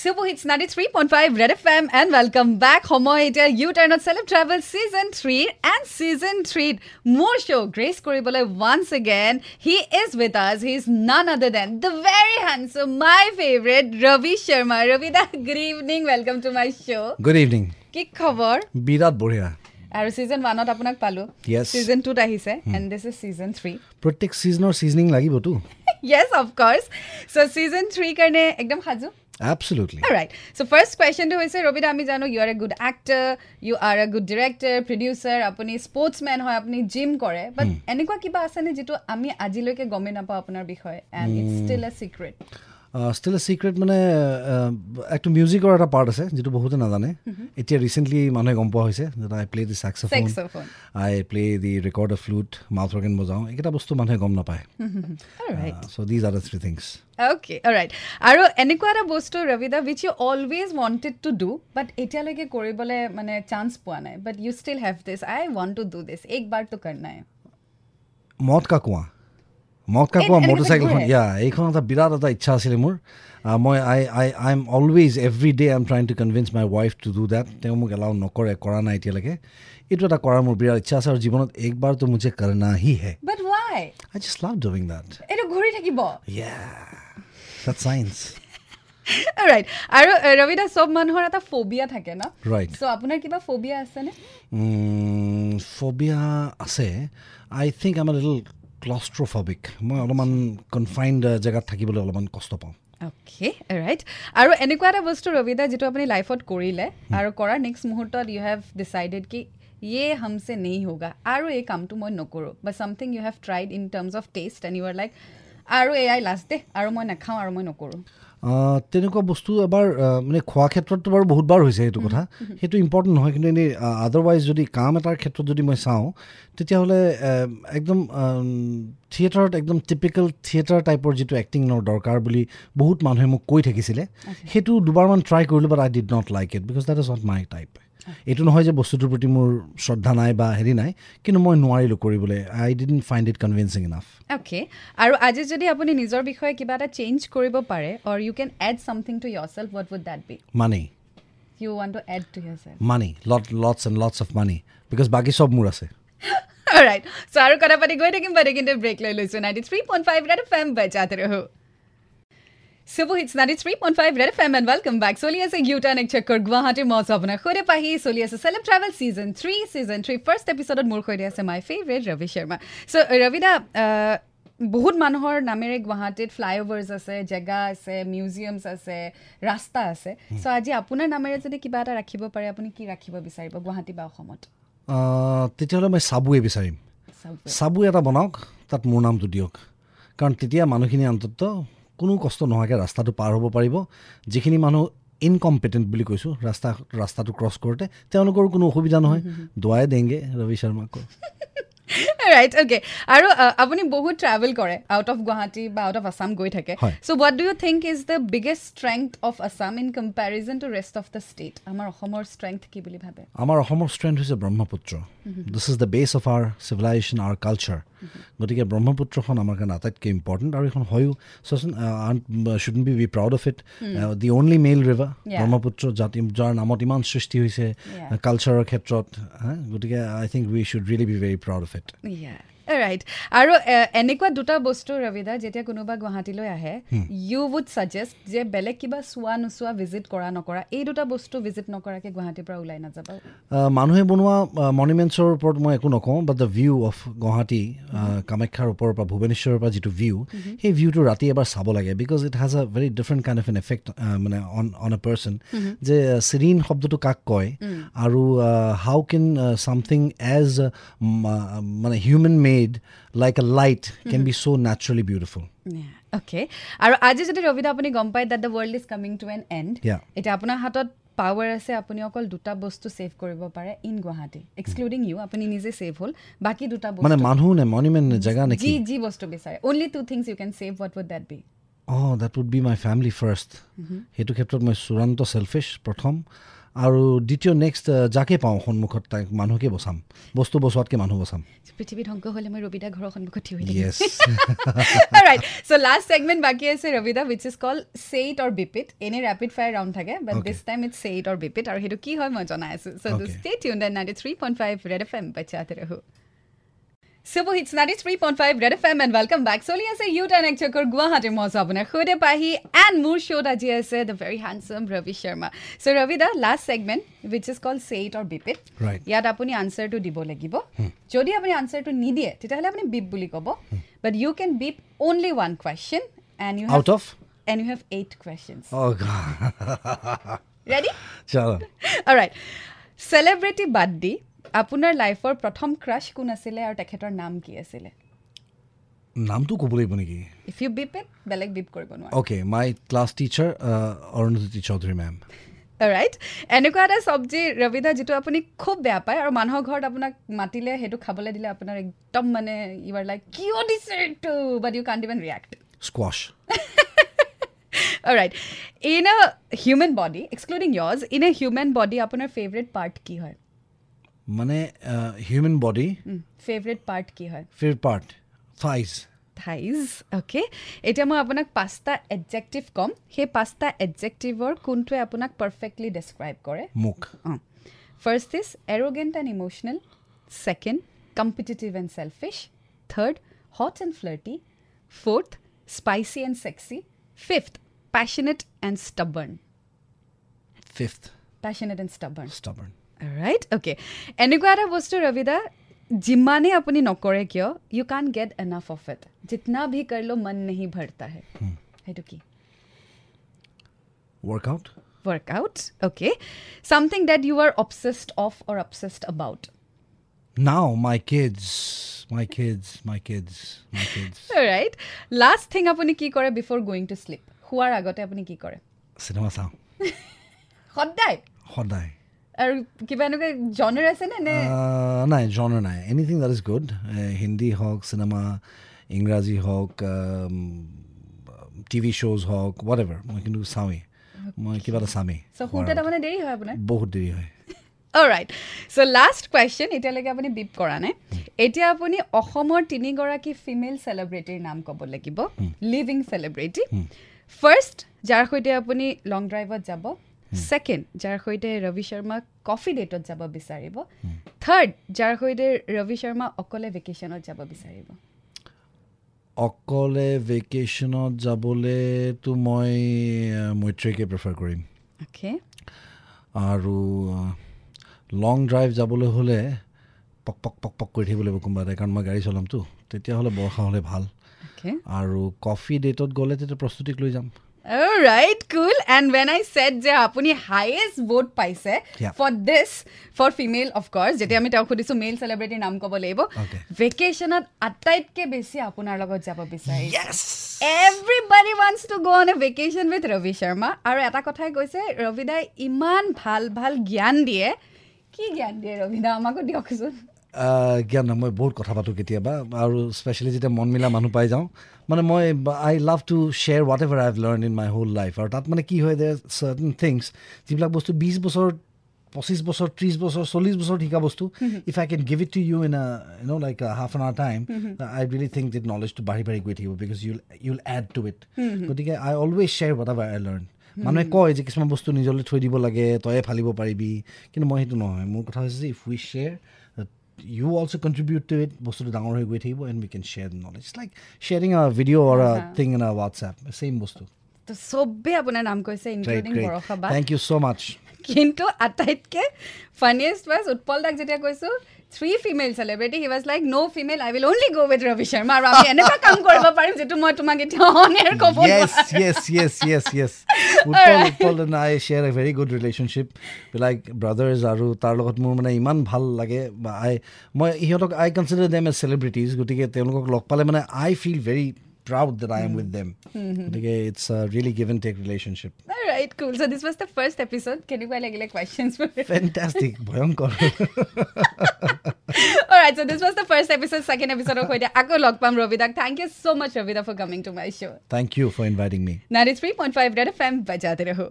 Super hits ninety three point five red F M and welcome back সময় এতিয়া ইউ টাৰ্ণত চেলেব ট্ৰেভেল ছিজন থ্ৰীৰ এণ্ড ছিজন থ্ৰীত মোৰ শ্ব' গ্ৰেচ কৰিবলৈ once again he is with আজ he is none other than the very handsome my favourite Ravi Sharma Rabi দা good evening welcome to my show' good evening কি খবৰ বিৰাট বঢ়িয়া আৰু ছিজন ওৱানত আপোনাক পালোঁ Yes. ছিজন টুত আহিছে and this is season three প্ৰত্যেক ছিজনৰ ছিজনিং লাগিবতো য়েছ অফক'ৰ্ছ চ' ছিজন থ্ৰীৰ কাৰণে একদম সাজু এবছলুটলি ৰাইট চ' ফাৰ্ষ্ট কুৱেশ্যনটো হৈছে ৰবিদা আমি জানো you are a good actor you are a good director producer আপুনি স্পৰ্টছমেন হয় আপুনি জিম কৰে বাট এনেকুৱা কিবা আছেনে যিটো আমি আজিলৈকে গমেই নাপাওঁ আপোনাৰ বিষয়ে and it's still a secret still a secret মানে uh, একটো মিউজিকৰ এটা পাৰ্ট আছে যিটো বহুতে নাজানে এতিয়া ৰিচেণ্টলি মানুহে গম পোৱা হৈছে I play the saxophone Saxophone. I play the record flute mouth organ বজাওঁ এইকেইটা বস্তু মানুহে গম নাপায় so' these are the three things okay right আৰু এনেকুৱা এটা বস্তু ৰবিদা which you always wanted to do but এতিয়ালৈকে কৰিবলৈ মানে চান্স পোৱা নাই but you still have this I want to do this এক বাৰটো কাৰণে মদ কা কুঁৱা মদ কা এই- কুঁৱা এনেকে মটৰচাইকেলখন ঘূৰে। ইয়া এইখন এটা বিৰাট এটা ইচ্ছা আছিলে মোৰ আহ, মই I I I am always every day I am trying to convince my wife to do that তেওঁ মোক এলাউ নকৰে কৰা নাই এতিয়ালৈকে এইটো এটা কৰাৰ মোৰ বিৰাট ইচ্ছা আছে আৰু জীৱনত একবাৰতো মুঝে কৰনা হি হে but why I just love doing that এইটো ঘূৰি থাকিব ইয়া দেট চাইন্স ৰাইট আৰু এ, ৰবিদা চব মানুহৰ এটা ফবিয়া থাকে ন Right. চ' আপোনাৰ কিবা ফবিয়া আছেনে ফবিয়া আছে I think I am little claustrophobic মই অলপমান কনফাইণ্ড জেগাত থাকিবলৈ অলপমান কষ্ট পাওঁ অ'কে ৰাইট আৰু এনেকুৱা এটা বস্তু ৰবিদা যিটো আপুনি লাইফত কৰিলে আৰু কৰাৰ নেক্সট মুহূৰ্তত ইউ হেভ ডিচাইডেড কি ইয়ে হামছে নেই হোগা আৰু এই কামটো মই নকৰোঁ বা something you have tried in terms of taste and you are like আৰু এয়াই লাষ্ট দে আৰু মই নাখাওঁ আৰু মই নকৰোঁ আহ, তেনেকুৱা বস্তু এবাৰ আহ, মানে খোৱা ক্ষেত্ৰততো বাৰু বহুতবাৰ হৈছে সেইটো কথা সেইটো ইম্পৰ্টেণ্ট নহয় কিন্তু এনেই আদাৰৱাইজ যদি কাম এটাৰ ক্ষেত্ৰত যদি মই চাওঁ তেতিয়াহ'লে এম, একদম থিয়েটাৰত একদম টিপিকেল থিয়েটাৰ টাইপৰ যিটো এক্টিঙৰ দৰকাৰ বুলি বহুত মানুহে মোক কৈ থাকিছিলে সেইটো দুবাৰমান ট্ৰাই কৰিলোঁ but I did not like it because that is not my type এইটো নহয় যে বস্তুটোৰ প্ৰতি মোৰ শ্ৰদ্ধা নাই বা হেৰি নাই কিন্তু মই নোৱাৰিলোঁ কৰিবলৈ I didn't find it convincing enough okay আৰু আজি যদি আপুনি নিজৰ বিষয়ে কিবা এটা চেঞ্জ কৰিব পাৰে or you can add something to your self what would that be মানেই you want to add to your self money lot lots and lots of money because বাকী চব মোৰ আছে ৰাইট চ' আৰু কথা পাতি গৈ থাকিম বাৰু কিন্তু ব্ৰেক লৈ লৈছোঁ ninety three point five red F M বজাতে ৰহো চুবু hits ninety three point five red F M and welcome back চলি আছে ইউটাৰ্ণ এক চক্কৰ গুৱাহাটীৰ মজ আপোনাৰ সৈতে পাহি চলি আছে celeb travel season three season three first এপিছ'ডত মোৰ সৈতে আছে my favourite Ravi Sharma so' ৰবিদা আহ, বহুত মানুহৰ নামেৰে গুৱাহাটীত ফ্লাইঅভাৰ্ছ আছে জেগা আছে মিউজিয়ামছ আছে ৰাস্তা আছে চ' আজি আপোনাৰ নামেৰে যদি কিবা এটা ৰাখিব পাৰে আপুনি কি ৰাখিব বিচাৰিব গুৱাহাটী বা অসমত আহ, তেতিয়াহ'লে মই চাবুৱে বিচাৰিম চাব চাবু এটা বনাওক তাত মোৰ নামটো দিয়ক কাৰণ তেতিয়া মানুহখিনি অন্তত কোনো কষ্ট নোহোৱাকৈ ৰাস্তাটো পাৰ হ'ব পাৰিব যিখিনি মানুহ ইনকম্পিটেণ্ট বুলি কৈছোঁ ৰাস্তা ৰাস্তাটো ক্ৰছ কৰোঁতে তেওঁলোকৰো কোনো অসুবিধা নহয় দোৱাই দেংগে ৰবি শৰ্মাকো ৰাইট অ'কে আৰু আ, আপুনি বহুত ট্ৰেভেল কৰে আউট অফ গুৱাহাটী বা আউট অফ আছাম গৈ থাকে হয়। So' what do you think is the biggest strength of Assam in comparison to rest of the state আমাৰ অসমৰ ষ্ট্ৰেংথ কি বুলি ভাবে আমাৰ অসমৰ ষ্ট্ৰেংথ হৈছে Brahmaputra this is the base of our civilisation our culture গতিকে ব্ৰহ্মপুত্ৰখন আমাৰ কাৰণে আটাইতকৈ ইম্পৰ্টেণ্ট আৰু এইখন হয়ো চোৱাচোন শ্বুডন be be proud of it the only male river Yeah. Brahmaputra যাত যাৰ নামত ইমান সৃষ্টি হৈছে Yeah. কালচাৰৰ ক্ষেত্ৰত হা, গতিকে I think we should really be very proud of it right আৰু এ, এনেকুৱা দুটা বস্তু ৰবিদা যেতিয়া কোনোবা গুৱাহাটীলৈ আহে ইউ উড ছাজেষ্ট যে বেলেগ কিবা চোৱা নোচোৱা ভিজিট কৰা নকৰা এই দুটা বস্তু ভিজিট নকৰাকৈ গুৱাহাটীৰ পৰা ওলাই নাযাবা মানুহে বনোৱা মনুমেণ্টছৰ ওপৰত মই একো নকওঁ but the view of Guwahati আহ, কামাখ্যাৰ ওপৰৰ পৰা ভূৱনেশ্বৰৰ পৰা যিটো ভিউ সেই ভিউটো ৰাতি এবাৰ চাব লাগে because it has a very different kind of an effect মানে অন অন এ পাৰ্চন যে চিৰিন শব্দটো কাক কয় আৰু হাউ কেন ছামথিং এজ মানে human made like a light can be so' naturally beautiful okay আৰু আজি যদি ৰবিদা আপুনি গম পায় that the world is coming to an end Yeah. এতিয়া আপোনাৰ হাতত পাৱাৰ আছে আপুনি অকল দুটা বস্তু ছেভ কৰিব পাৰে ইন গুৱাহাটী এক্সক্লুডিং ইউ আপুনি নিজে ছেভ হ'ল বাকী দুটা মানে বস্তু মানুহ নে মনুমেণ্ট নে জেগা নে যি কি যি বস্তু বিচাৰে only two things you can save what would that be Oh, অঁ that would be my family first সেইটো ক্ষেত্ৰত মই চূড়ান্ত চেলফিছ প্ৰথম আৰু দ্বিতীয় নেক্সট যাকে পাওঁ সন্মুখত তাইক মানুহকে বচাম বস্তু বচোৱাতকৈ মানুহ বচাম পৃথিৱীত শংকৰ হ'লে মই ৰবিদা ঘৰৰ সন্মুখত থিয় হৈ yes right so' last segment বাকী আছে ৰবিদা which is call say it or বিপিট এনেই ৰেপিড ফায়াৰ ৰাউণ্ড থাকে but Okay. This time it say it or repeat আৰু সেইটো কি হয় মই জনাই আছোঁ so' Okay. Stay tune then ninety three point five red F M বাচ্চাতে ৰহো চুবু hits ninety three point five red F M and welcome back চলি আছে ইউ টান এক চকৰ গুৱাহাটীৰ মজা আপোনাৰ সৈতে পাহি এণ্ড মোৰ শ্ব'ত আজি আছে the very handsome Ravi Sharma so' Ravi da last segment which is call say it or beep it Right. ইয়াত আপুনি আনচাৰটো দিব লাগিব যদি আপুনি আনচাৰটো নিদিয়ে তেতিয়াহ'লে আপুনি বিপ বুলি ক'ব but you can beep only one question and you out of and you have eight questions Oh, ready চলো ৰাইট চেলিব্ৰিটি বাদ দি আপোনাৰ লাইফৰ প্ৰথম ক্ৰাছ কোন আছিলে আৰু তেখেতৰ নাম কি আছিলে নামটো ক'ব লাগিব নেকি ইফ ইউ বিপ ইট বেলেগ বিপ কৰিব নোৱাৰে okay my class teacher Arunjyoti Choudhury ma'am right এনেকুৱা এটা চব্জি ৰবিদা যিটো আপুনি খুব বেয়া পায় আৰু মানুহৰ ঘৰত আপোনাক মাতিলে সেইটো খাবলৈ দিলে আপোনাৰ একদম মানে ইউ আৰ লাইক কিয় দিছে এইটো but you can't even react squash right in a human body excluding years in a human body আপোনাৰ ফেভৰেট পাৰ্ট কি হয় মানে human body Hmm. Favourite part কি হয় fav part thighs thighs okay এতিয়া মই আপোনাক পাঁচটা এডজেক্টিভ ক'ম সেই পাঁচটা এডজেক্টিভৰ কোনটোৱে আপোনাক পাৰফেক্টলি ডেছক্ৰাইব কৰে মুখ অঁ first is arrogant and emotional second competitive and selfish third hot and flirty fourth spicy and sexy fifth passionate and stubborn fifth passionate and stubborn stubborn right okay এনেকুৱা এটা বস্তু ৰবিদা যিমানেই আপুনি নকৰে কিয় you can get enough of it জিতনা ভি কৰ লো মন নেহি ভৰতা হে সেইটো কি workout workout okay something that you are obsessed of or obsessed about now my kids my kids my kids my kids right last thing আপুনি কি কৰে বিফ'ৰ গ'য়িং টু শ্লিপ শোৱাৰ আগতে আপুনি কি কৰে চিনেমা চাওঁ সদায় সদায় আৰু কিবা এনেকুৱা জনাৰ আছেনে নে আহ, নাই জনাৰ নাই anything that is good Hindi হওক চিনেমা ইংৰাজী হওক টিভি শ্ব'জ হওক হোৱাট এভাৰ মই কিন্তু চাওঁৱেই মই কিবা এটা চামেই চ' শুওঁতে তাৰমানে দেৰি হয় আপোনাৰ বহুত দেৰি হয় ৰাইট চ' লাষ্ট কুৱেশ্যন এতিয়ালৈকে আপুনি বিপ কৰা নাই এতিয়া আপুনি অসমৰ তিনিগৰাকী ফিমেল চেলিব্ৰিটিৰ নাম ক'ব লাগিব লিভিং চেলিব্ৰিটি ফাৰ্ষ্ট যাৰ সৈতে আপুনি লং ড্ৰাইভত যাব ছেকেণ্ড যাৰ সৈতে ৰবি শৰ্মা কফি ডেটত যাব বিচাৰিব থাৰ্ড যাৰ সৈতে ৰবি শৰ্মা অকলে ভেকেশ্যনত যাব বিচাৰিব অকলে ভেকেশ্যনত যাবলৈতো মই আহ, মৈত্ৰীকে প্ৰিফাৰ কৰিম অ'কে আৰু লং ড্ৰাইভ যাবলৈ হ'লে পক পক পক পক কৰি থাকিব লাগিব কোনোবা এটাই কাৰণ মই গাড়ী চলামতো তেতিয়াহ'লে বৰষা হ'লে ভাল অ'কে আৰু কফি ডেটত গ'লে তেতিয়া প্ৰস্তুতিক লৈ যাম right cool and when I said যে আপুনি হায়েষ্ট ভোট পাইছে Yeah. For this for female of course যেতিয়া আমি তেওঁক সুধিছোঁ মেল চেলিব্ৰিটিৰ নাম ক'ব লাগিব Okay. ভেকেশ্যনত আটাইতকৈ বেছি আপোনাৰ লগত যাব বিচাৰিছে everybody wants to go' on a vacation with Ravi Sharma আৰু এটা কথাই কৈছে ৰবিদাই ইমান ভাল ভাল জ্ঞান দিয়ে কি জ্ঞান দিয়ে ৰবিদা আমাকো দিয়কচোন আহ, জ্ঞান নাই, মই বহুত কথা পাতোঁ কেতিয়াবা আৰু স্পেচিয়েলি যেতিয়া মন মিলা মানুহ পাই যাওঁ মানে মই I love to share whatever I have learn in my whole life আৰু তাত মানে কি হয় দে চাৰ্টেন থিংছ যিবিলাক বস্তু বিছ বছৰ পঁচিছ বছৰ ত্ৰিছ বছৰ চল্লিছ বছৰত শিকা বস্তু if I can give it to you in you know' like half an hour time I really think that নলেজটো বাঢ়ি বাঢ়ি গৈ থাকিব because you'll you'll add to it গতিকে I always share whatever I learn মানুহে কয় যে কিছুমান বস্তু নিজলৈ থৈ দিব লাগে তয়ে ফালিব পাৰিবি কিন্তু মই সেইটো নহয় মোৰ কথা হৈছে যে if we share you also' contribute to it বস্তুটো ডাঙৰ হৈ গৈ থাকিব and we can share knowledge like sharing a video' or a thing in a WhatsApp same বস্তু তো চবেই আপোনাৰ নাম কৈছে ইনক্লুডিং বৰষা বা থেংক ইউ ছ' মাছ কিন্তু আটাইতকৈ ফানিয়েষ্ট ৱাজ উৎপল দাক যেতিয়া কৈছোঁ three female celebrity he was like no' female I will only go' with Ravi Sharma আৰু আমি এনেকুৱা কাম কৰিব পাৰিম যিটো মই তোমাক এতিয়া অন এয়াৰ ক'ব য়েছ নোৱাৰোঁ। Yes yes yes yes Utpal Utpal and I share a very good relationship like brothers আৰু তাৰ লগত মোৰ মানে ইমান ভাল লাগে বা আই মই সিহঁতক I consider them as celebrities গতিকে তেওঁলোকক লগ পালে মানে I feel very proud that I am with them গতিকে it's really give and take relationship Alright, cool. So this was the first episode. কেনেকুৱা লাগিলে questions? ফেণ্টাষ্টিক ভয়ংকৰ Alright, so this was the first episode. Second episode ৰ সৈতে আকৌ লগ পাম ৰবিদাক thank you so' much Rabida for coming to my show' Thank you for inviting me. Ninety three point five red F M বাজাতে ৰহ